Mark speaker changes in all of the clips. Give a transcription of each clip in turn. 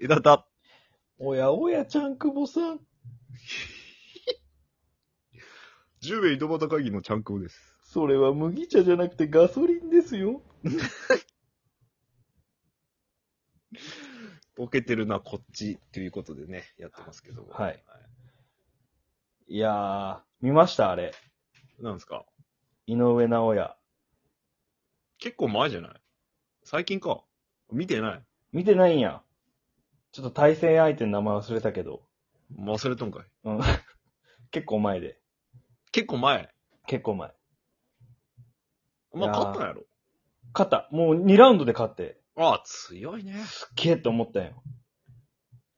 Speaker 1: 枝田。
Speaker 2: おやおや、ちゃんくぼさん。
Speaker 1: 十名井戸端会議のちゃんくぼです。
Speaker 2: それは麦茶じゃなくてガソリンですよ。
Speaker 1: ボケてるな、こっち。ということでね、やってますけど。
Speaker 2: はい。いやー、見ましたあれ。
Speaker 1: なんですか
Speaker 2: 井上直也。
Speaker 1: 結構前じゃない最近か。見てない。
Speaker 2: 見てないんや。ちょっと対戦相手の名前忘れたけど。
Speaker 1: 忘れとんかい。
Speaker 2: うん。結構前で。
Speaker 1: 結構前。
Speaker 2: 結構前。
Speaker 1: まあ、
Speaker 2: いやー
Speaker 1: 勝ったんやろ。
Speaker 2: 勝った。もう2ラウンドで勝って。
Speaker 1: ああ、強いね。
Speaker 2: すっげえって思ったんよ。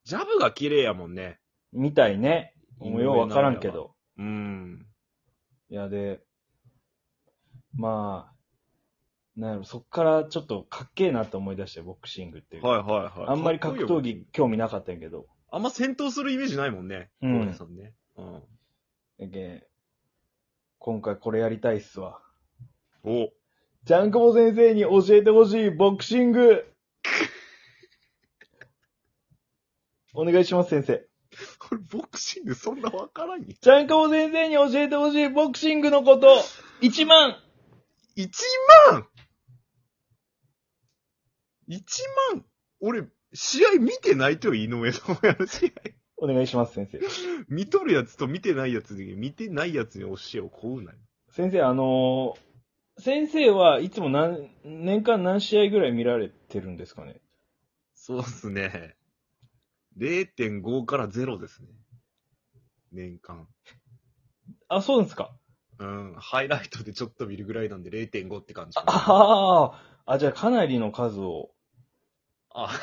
Speaker 1: ジャブが綺麗やもんね。
Speaker 2: みたいね。もうようわからんけど。
Speaker 1: うーん。
Speaker 2: いや、で、まあ、なんやろ、そっからちょっとかっけえなって思い出して、ボクシングっていう。
Speaker 1: はいはいはい。
Speaker 2: あんまり格闘
Speaker 1: 技。
Speaker 2: 技興味なかったんやけど。
Speaker 1: あんま戦闘するイメージないもんね。
Speaker 2: うん
Speaker 1: ゴーレさんね。うん。
Speaker 2: やけん今回これやりたいっすわ。
Speaker 1: お。
Speaker 2: ジャンクボ先生に教えてほしいボクシングお願いします、先生。
Speaker 1: これボクシングそんなわからんよ。
Speaker 2: ジャンクボ先生に教えてほしいボクシングのこと、1万
Speaker 1: 1万 !1 万俺、試合見てないとよ、井上さんの試合。
Speaker 2: お願いします、先生。
Speaker 1: 見とるやつと見てないやつで、見てないやつに教えをこうなよ
Speaker 2: 先生、あのー先生はいつも何、年間何試合ぐらい見られてるんですかね
Speaker 1: そうっすね。0.5から0ですね。年間。
Speaker 2: あ、そうなんですか。
Speaker 1: うん。ハイライトでちょっと見るぐらいなんで0.5って感じ。
Speaker 2: ああ、あ、じゃあかなりの数を。
Speaker 1: あ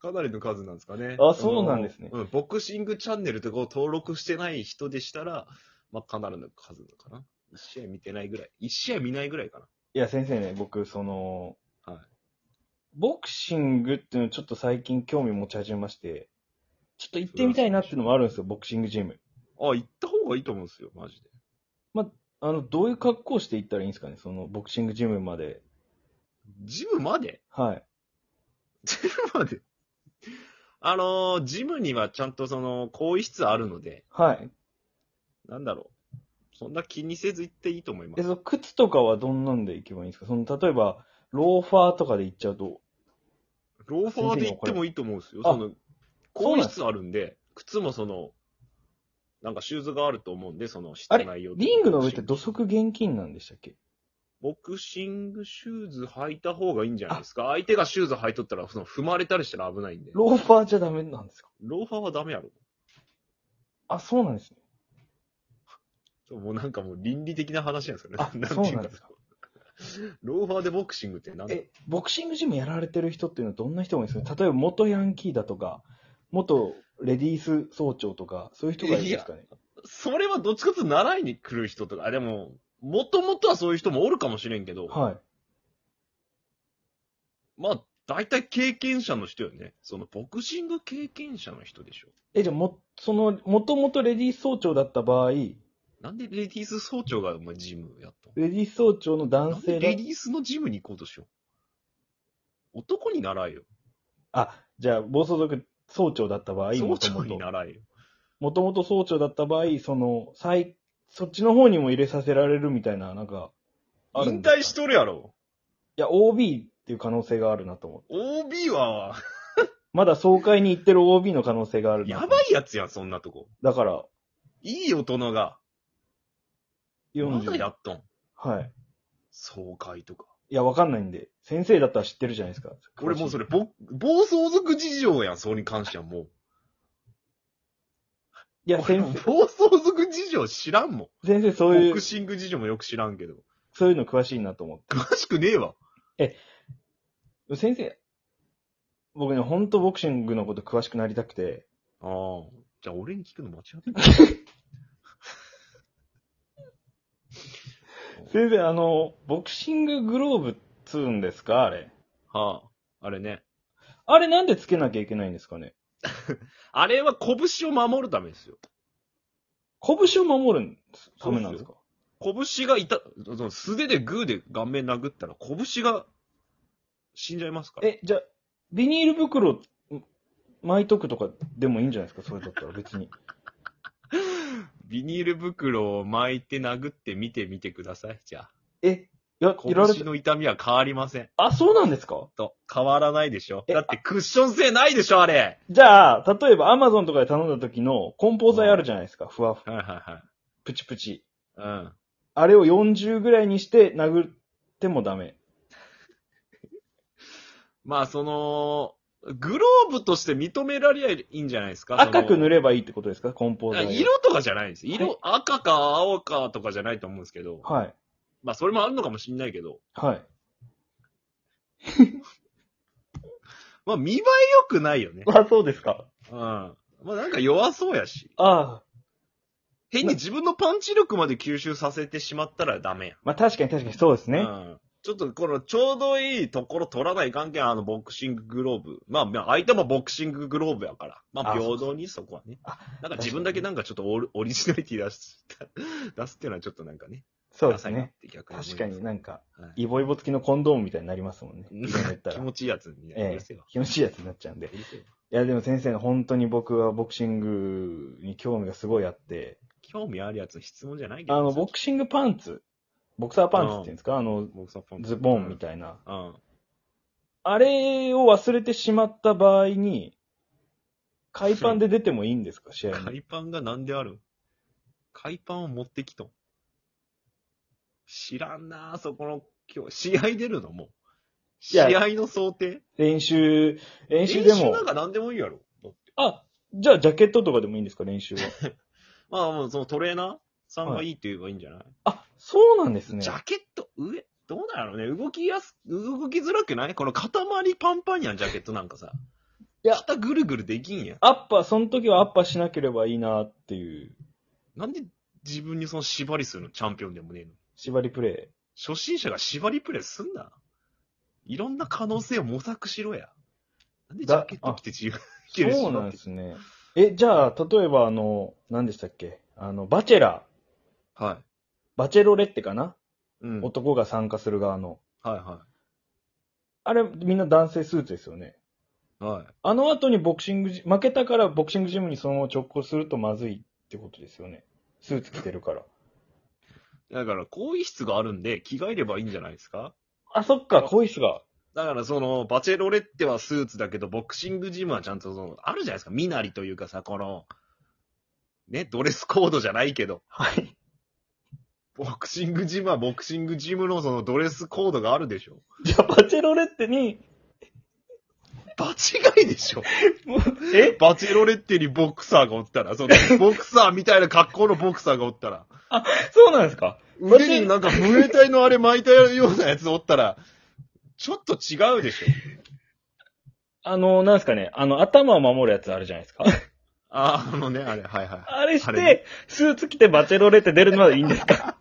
Speaker 1: かなりの数なんですかね。
Speaker 2: あそうなんですね
Speaker 1: あのうん、ボクシングチャンネルとかを登録してない人でしたら、まあ、かなりの数かな。一試合見てないぐらい。一試合見ないぐらいかな。
Speaker 2: いや、先生ね、僕、その、
Speaker 1: はい
Speaker 2: ボクシングっていうのちょっと最近興味持ち始めまして、ちょっと行ってみたいなっていうのもあるんですよ、ボクシングジム。
Speaker 1: あ、行った方がいいと思うんですよ、マジで。
Speaker 2: あの、どういう格好して行ったらいいんですかね、その、ボクシングジムまで。
Speaker 1: ジムまで
Speaker 2: はい。
Speaker 1: ジムまであのージムにはちゃんとその、更衣室あるので、
Speaker 2: はい。
Speaker 1: なんだろう。そんな気にせず行っていいと思いま
Speaker 2: え、
Speaker 1: す。
Speaker 2: その、靴とかはどんなんで行けばいいんですかその、例えば、ローファーとかで行っちゃうと、
Speaker 1: ローファーで行ってもいいと思うんですよ。
Speaker 2: あ
Speaker 1: その、更
Speaker 2: そうな
Speaker 1: 衣
Speaker 2: んです
Speaker 1: 室あるんで、靴もその、なんかシューズがあると思うんで、その室
Speaker 2: あれ
Speaker 1: 内用
Speaker 2: リングの上って土足厳禁なんでしたっけ
Speaker 1: ボクシングシューズ履いた方がいいんじゃないですか相手がシューズ履いとったら、その踏まれたりしたら危ないんで。
Speaker 2: ローファーじゃダメなんですか
Speaker 1: ローファーはダメやろ。
Speaker 2: あ、そうなんですね。
Speaker 1: もうなんかもう倫理的な話なんですよね。
Speaker 2: あ
Speaker 1: てい
Speaker 2: そうなんです
Speaker 1: か。ローファーでボクシングってなんだ
Speaker 2: え、ボクシングジムやられてる人っていうのはどんな人が多いんですか例えば元ヤンキーだとか、元レディース総長とか、そういう人がいるんですかね
Speaker 1: それはどっちかというと習いに来る人とか、あ、でも、もともとはそういう人もおるかもしれんけど、
Speaker 2: はい。
Speaker 1: まあ、大体経験者の人よね。その、ボクシング経験者の人でしょ。
Speaker 2: え、じゃあも、その、もともとレディース総長だった場合、レ
Speaker 1: なんでレディース総長がお前ジムやっとん
Speaker 2: ディース総長の
Speaker 1: な
Speaker 2: 男
Speaker 1: んで
Speaker 2: 性
Speaker 1: レ
Speaker 2: だ
Speaker 1: デ。ィースのジムに行こうとしよう。男に習えよ。
Speaker 2: あ、じゃあ、暴走族総長だった場合、
Speaker 1: 総
Speaker 2: もと
Speaker 1: 長
Speaker 2: も
Speaker 1: に
Speaker 2: と。
Speaker 1: 習えよ。
Speaker 2: もともと総長だった場合、その、最、そっちの方にも入れさせられるみたいな、なんか、あるん
Speaker 1: 引
Speaker 2: ですか
Speaker 1: 退しとるやろ。
Speaker 2: いや、OB っていう可能性があるなと思って。
Speaker 1: OB は、
Speaker 2: まだ総会に行ってる OB の可能性があるな
Speaker 1: や
Speaker 2: と思
Speaker 1: ば
Speaker 2: って。
Speaker 1: いやつやん、そんなとこ。
Speaker 2: だから、
Speaker 1: いい大人が、まだ
Speaker 2: 40。
Speaker 1: やっとん。
Speaker 2: はい。
Speaker 1: 総会とか。
Speaker 2: いや、わかんないんで。先生だったら知ってるじゃないですか。
Speaker 1: 俺もうそ
Speaker 2: れ。
Speaker 1: れ、ぼ、暴走族事情やん、それに関してはもう。
Speaker 2: いや、
Speaker 1: 俺
Speaker 2: 先
Speaker 1: も暴走族事情知らんもん。
Speaker 2: 生、先生そうい
Speaker 1: ボ
Speaker 2: う
Speaker 1: ク、シング事情もよく知らんけど。
Speaker 2: そういうの詳しいなと思っ
Speaker 1: 詳しくねえわ。
Speaker 2: て。先生、僕ね、ほんとボクシングのこと詳しくなりたくて。
Speaker 1: ああ。じゃあ俺に聞くの間違ってる。
Speaker 2: 先生、あの、ボクシンググローブつうんですかあれ。
Speaker 1: はあ。あれね。
Speaker 2: あれなんでつけなきゃいけないんですかね
Speaker 1: あれは拳を守るためですよ。
Speaker 2: 拳を守るんですためなんですか
Speaker 1: 拳がいた、その素手でグーで顔面殴ったら拳が死んじゃいますから。
Speaker 2: え、じゃあ、ビニール袋ん巻いとくとかでもいいんじゃないですかそれだったら別に。
Speaker 1: ビニール袋を巻いて殴って見てみてください。じゃあ。
Speaker 2: え、や、いられ
Speaker 1: 腰
Speaker 2: て、
Speaker 1: の痛みは変わりません。
Speaker 2: あ、そうなんですか
Speaker 1: と、変わらないでしょ。
Speaker 2: え
Speaker 1: だってクッション性ないでしょ、あれ。
Speaker 2: じゃあ、例えばアマゾンとかで頼んだ時の梱包材あるじゃないですか。ふわふわ、
Speaker 1: はいは
Speaker 2: プチプチ。
Speaker 1: いはい。うん。
Speaker 2: あれを40ぐらいにして殴ってもダメ。
Speaker 1: まあ、その、グローブとして認められりゃいいんじゃないですか。
Speaker 2: 赤く塗
Speaker 1: れ
Speaker 2: ればいいってことですか�ं包材を。
Speaker 1: 色とかじゃないんです。色、赤か青かとかじゃないと思うんですけど。
Speaker 2: はい。
Speaker 1: まあ、それもあるのかもしんないけど。
Speaker 2: はい。
Speaker 1: まあ、見栄え良くない よね。
Speaker 2: あ、そうですか。
Speaker 1: うん。まあ、なんか弱そうやし。
Speaker 2: ああ。
Speaker 1: 変に自分のパンチ力まで吸収させてしまったらダメやん。
Speaker 2: まあ確かに確かにそうです
Speaker 1: う
Speaker 2: ね。
Speaker 1: ん。ちょっとこのちょうどいいところ取らない関係はあのボクシンググローブ。まあまあ相手もボクシンググローブやから。まあ
Speaker 2: あ
Speaker 1: 平等にそこはね
Speaker 2: あ。
Speaker 1: なんか自分だけなんかちょっとオリオリジナリティ出す、 出すっていうのはちょっとなんかね。
Speaker 2: そうです
Speaker 1: ダサいなっ
Speaker 2: ね。
Speaker 1: て逆思い
Speaker 2: 確
Speaker 1: ます
Speaker 2: かになんか、
Speaker 1: はい
Speaker 2: イボイボ付きのコンドームみたいになりますもんね。いろいろ言った
Speaker 1: 気
Speaker 2: ら。
Speaker 1: 持ちいいやつに
Speaker 2: え
Speaker 1: ね。
Speaker 2: え、気持ちいいやつになっちゃうんで。
Speaker 1: 許せよ
Speaker 2: いやでも先生、本当に僕はボクシングに興味がすごいあって、
Speaker 1: 興味あるやつの質問じゃないけど。
Speaker 2: あの、ボクシングパンツ、ボクサーパンツっていうんですかあの、
Speaker 1: 僕さんポ
Speaker 2: ズボンみたいな。
Speaker 1: いな。うん。
Speaker 2: あれを忘れてしまった場合に、海パンで出てもいいんですか試合に。
Speaker 1: 海パンが何である海パンを持ってきとん。知らんなあそこの、今日、試合出るのもう。
Speaker 2: い
Speaker 1: 試
Speaker 2: や
Speaker 1: 合の想定
Speaker 2: 練習、練習でも
Speaker 1: なん。か何でもいいやろ。だって
Speaker 2: あ、じゃあジャケットとかでもいいんですか練習は。
Speaker 1: まあ、もうそのトレーナーさんがいいって言えばいいんじゃない、
Speaker 2: あ、そうなんですね
Speaker 1: ジ。ャケット、上、どうなのね動きやす、動きづらくないこの塊パンパンやん、ジャケットなんかさ。
Speaker 2: いや
Speaker 1: 肩ぐるぐるできんやん。
Speaker 2: アッパー、その時はアッパーしなければいいなっていう、
Speaker 1: なんで自分にその縛りするのチャンピオンでもねえの。
Speaker 2: 縛りプレ
Speaker 1: 初心者が縛りプレイすんな。いろんな可能性を模索しろや。なんでジャケット着て自由着
Speaker 2: イ。
Speaker 1: る
Speaker 2: そうなん
Speaker 1: で。
Speaker 2: ですすね。え、じゃあ、例えばあの、何でしたっけあの、バチェラー、
Speaker 1: は
Speaker 2: バチェロレッテかな、
Speaker 1: い。うん。はい
Speaker 2: 男が参加する側の。
Speaker 1: は
Speaker 2: あれ、みんな男性スーツですよね。
Speaker 1: い。はい。
Speaker 2: あの後にボクシングジ、負けたからボクシングジムにそのまま直行するとまずいってことですよね。スーツ着て るから。
Speaker 1: だから、更衣室があるんで、着替えればいいんじゃないですか
Speaker 2: あ、そっか、コイスが。
Speaker 1: だから、その、バチェロレッテはスーツだけど、ボクシングジムはちゃんと、その、あるじゃないですか。身なりというかさ、この、ね、ドレスコードじゃないけど、
Speaker 2: はい。
Speaker 1: ボクシングジムはボクシングジムのそのドレスコードがあるでしょ。
Speaker 2: じゃあ、バチェロレッテに、
Speaker 1: 場違いでしょ。
Speaker 2: もうえ
Speaker 1: バチェロレッテにボクサーがおったら、その、ボクサーみたいな格好のボクサーがおったら、
Speaker 2: そうなんですか
Speaker 1: 腕になんかムエタイのあれ巻いたようなやつおったら、ちょっと違うでしょ。
Speaker 2: あの、なんですかね、あの、頭を守るやつあるじゃないで すか。
Speaker 1: あーあのね、あれ、はいはい。
Speaker 2: あれし
Speaker 1: あれね
Speaker 2: て、スーツ着てバチェロレって出るのはいいんで すか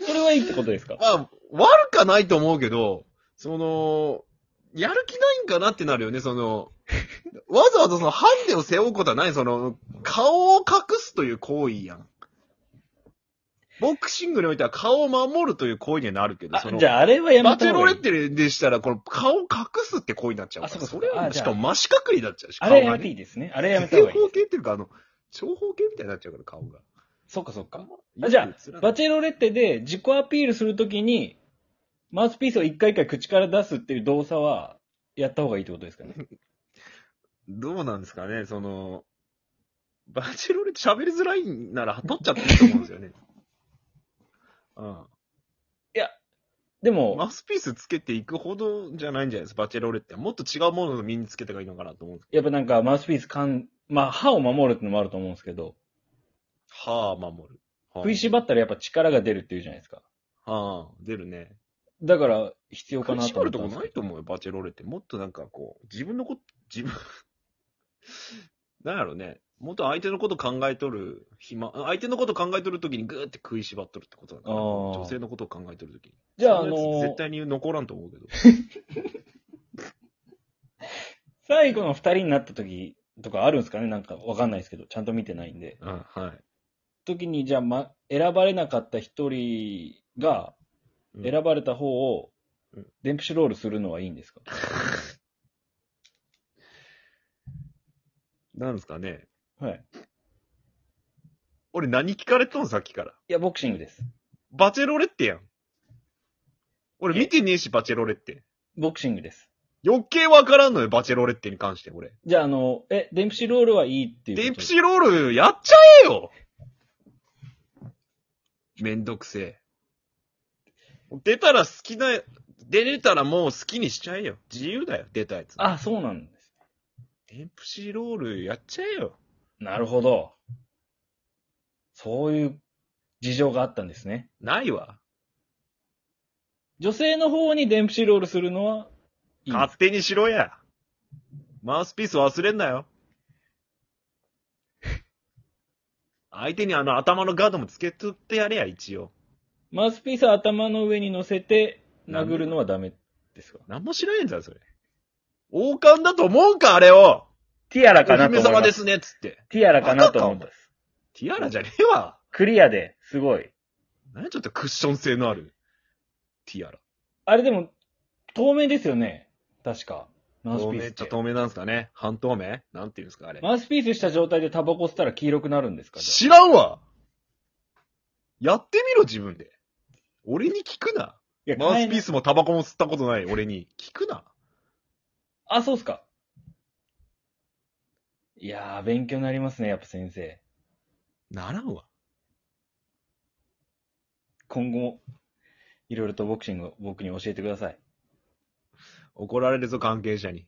Speaker 2: それはいいってことですか
Speaker 1: まあ、悪かないと思うけど、その、やる気ないんかなってなるよね、その、わざわざそのハンデを背負うことはない、その、顔を隠すという行為やん。ボクシングにおいては顔を守るという行為にはなるけど、
Speaker 2: あ
Speaker 1: その
Speaker 2: じ、ゃああれはやめ
Speaker 1: バチ
Speaker 2: た
Speaker 1: ェ
Speaker 2: 方
Speaker 1: ロ
Speaker 2: が
Speaker 1: レ
Speaker 2: い
Speaker 1: ッ
Speaker 2: い。
Speaker 1: テでしたら、この顔隠すって行為になっちゃうから。
Speaker 2: あそうか
Speaker 1: そ
Speaker 2: そう
Speaker 1: れ
Speaker 2: か
Speaker 1: は、
Speaker 2: あじ
Speaker 1: し
Speaker 2: ゃあ
Speaker 1: かも真四角になっちゃうし。
Speaker 2: あれ
Speaker 1: 顔
Speaker 2: や
Speaker 1: が
Speaker 2: めていいですね。あれやめた
Speaker 1: 正
Speaker 2: 方 がいい。
Speaker 1: 方形っていうか、あの、長方形みたいになっちゃうから、顔が。
Speaker 2: そうかそうか。
Speaker 1: よく
Speaker 2: じゃ
Speaker 1: 映
Speaker 2: あ
Speaker 1: らない
Speaker 2: バチェロレッテで自己アピールするときに、マウスピースを一回一回口から出すっていう動作は、やった方がいいってことですかね。
Speaker 1: どうなんですかね、その、バチェロレって喋りづらいなら、取っちゃっていいと思うんですよ ね。うん。
Speaker 2: でも、
Speaker 1: マウスピースつけていくほどじゃないんじゃないですか、バチェロレって。もっと違うものを身につけた方がいいのかなと思うんです
Speaker 2: やっぱなんかマウスピースかん、まあ歯を守るってのもあると思うんですけど、
Speaker 1: 歯は守る。はあ
Speaker 2: 食いしばったらやっぱ力が出るっていうじゃないですか。
Speaker 1: はあ、出るね。
Speaker 2: だから、必要か
Speaker 1: 食い
Speaker 2: な
Speaker 1: し
Speaker 2: と
Speaker 1: ばる
Speaker 2: 思っ
Speaker 1: と
Speaker 2: た
Speaker 1: こ
Speaker 2: んです
Speaker 1: な
Speaker 2: け
Speaker 1: いと思うよ、バチェロレって。もっとなんかこう、自分のこと、自分、なんやろね。もっと相手のこと考えとる暇、相手のこと考えとるときにグーって食いしばっとるってことだから、
Speaker 2: あー
Speaker 1: 女性のことを考えとるときに。
Speaker 2: ど。じゃあ、あ
Speaker 1: そん
Speaker 2: の
Speaker 1: なやつ
Speaker 2: ー
Speaker 1: 絶、対に残らんと思うけど。
Speaker 2: 最後の二人になった時とかあるんですかねなんかわかんないですけど、ちゃんと見てないんで。
Speaker 1: うん、はい。
Speaker 2: 時に、じゃあ、ま、選ばれなかった一人が、
Speaker 1: うん
Speaker 2: 選ばれた方を
Speaker 1: うん
Speaker 2: デンプシロールするのはいいんですか
Speaker 1: なんですかね。
Speaker 2: はい。
Speaker 1: 俺何聞かれとんさっきから。
Speaker 2: いや、ボクシングです。
Speaker 1: バチェロレッテやん。俺見てねえし、バチェロレッテ。
Speaker 2: ボクシングです。
Speaker 1: 余計わからんのよ、バチェロレッテに関して、俺。
Speaker 2: じゃあ、あの、え、デンプシロールはいいっていうこと
Speaker 1: デンプシロール、やっちゃえよめんどくせえ。出たら好きな、出れたらもう好きにしちゃえよ。自由だよ、出たやつ。
Speaker 2: あ、そうなんです。
Speaker 1: デンプシロール、やっちゃえよ。
Speaker 2: なるほど。そういう事情があったんですね。
Speaker 1: ないわ。
Speaker 2: 女性の方にデンプシロールするのはいいんです
Speaker 1: 勝手にしろや。マウスピース忘れんなよ。相手にあの頭のガードもつけとってやれや、一応。
Speaker 2: マウスピースは頭の上に乗せて殴るのはダメですか
Speaker 1: なんもしないんだよ、それ。王冠だと思うか、あれを。
Speaker 2: ティアラ
Speaker 1: お姫様ですね、つって。
Speaker 2: ティアラ。
Speaker 1: かなと思いますティアラじゃねえわ。
Speaker 2: クリアで、すごい。
Speaker 1: 何ちょっとクッション性のある。ティアラ。
Speaker 2: あれでも、透明ですよね。確か。マウス
Speaker 1: 透
Speaker 2: ピー
Speaker 1: 明
Speaker 2: ス
Speaker 1: っ
Speaker 2: っ
Speaker 1: ちゃ
Speaker 2: て。
Speaker 1: 透明なんすかね。半透明なんていうんですか、あれ。
Speaker 2: マウスピースした状態でタバコ吸ったら黄色くなるんですかじゃ
Speaker 1: 知らんわやってみろ、自分で。俺に聞くな。
Speaker 2: あいや
Speaker 1: マウスピー
Speaker 2: ス。
Speaker 1: スもタバコも吸ったことない俺に聞くな。
Speaker 2: あ、そうっすか。いやー、勉強になりますね、やっぱ先生。
Speaker 1: ならんわ。
Speaker 2: 今後も、いろいろとボクシングを僕に教えてください。
Speaker 1: 怒られるぞ、関係者に。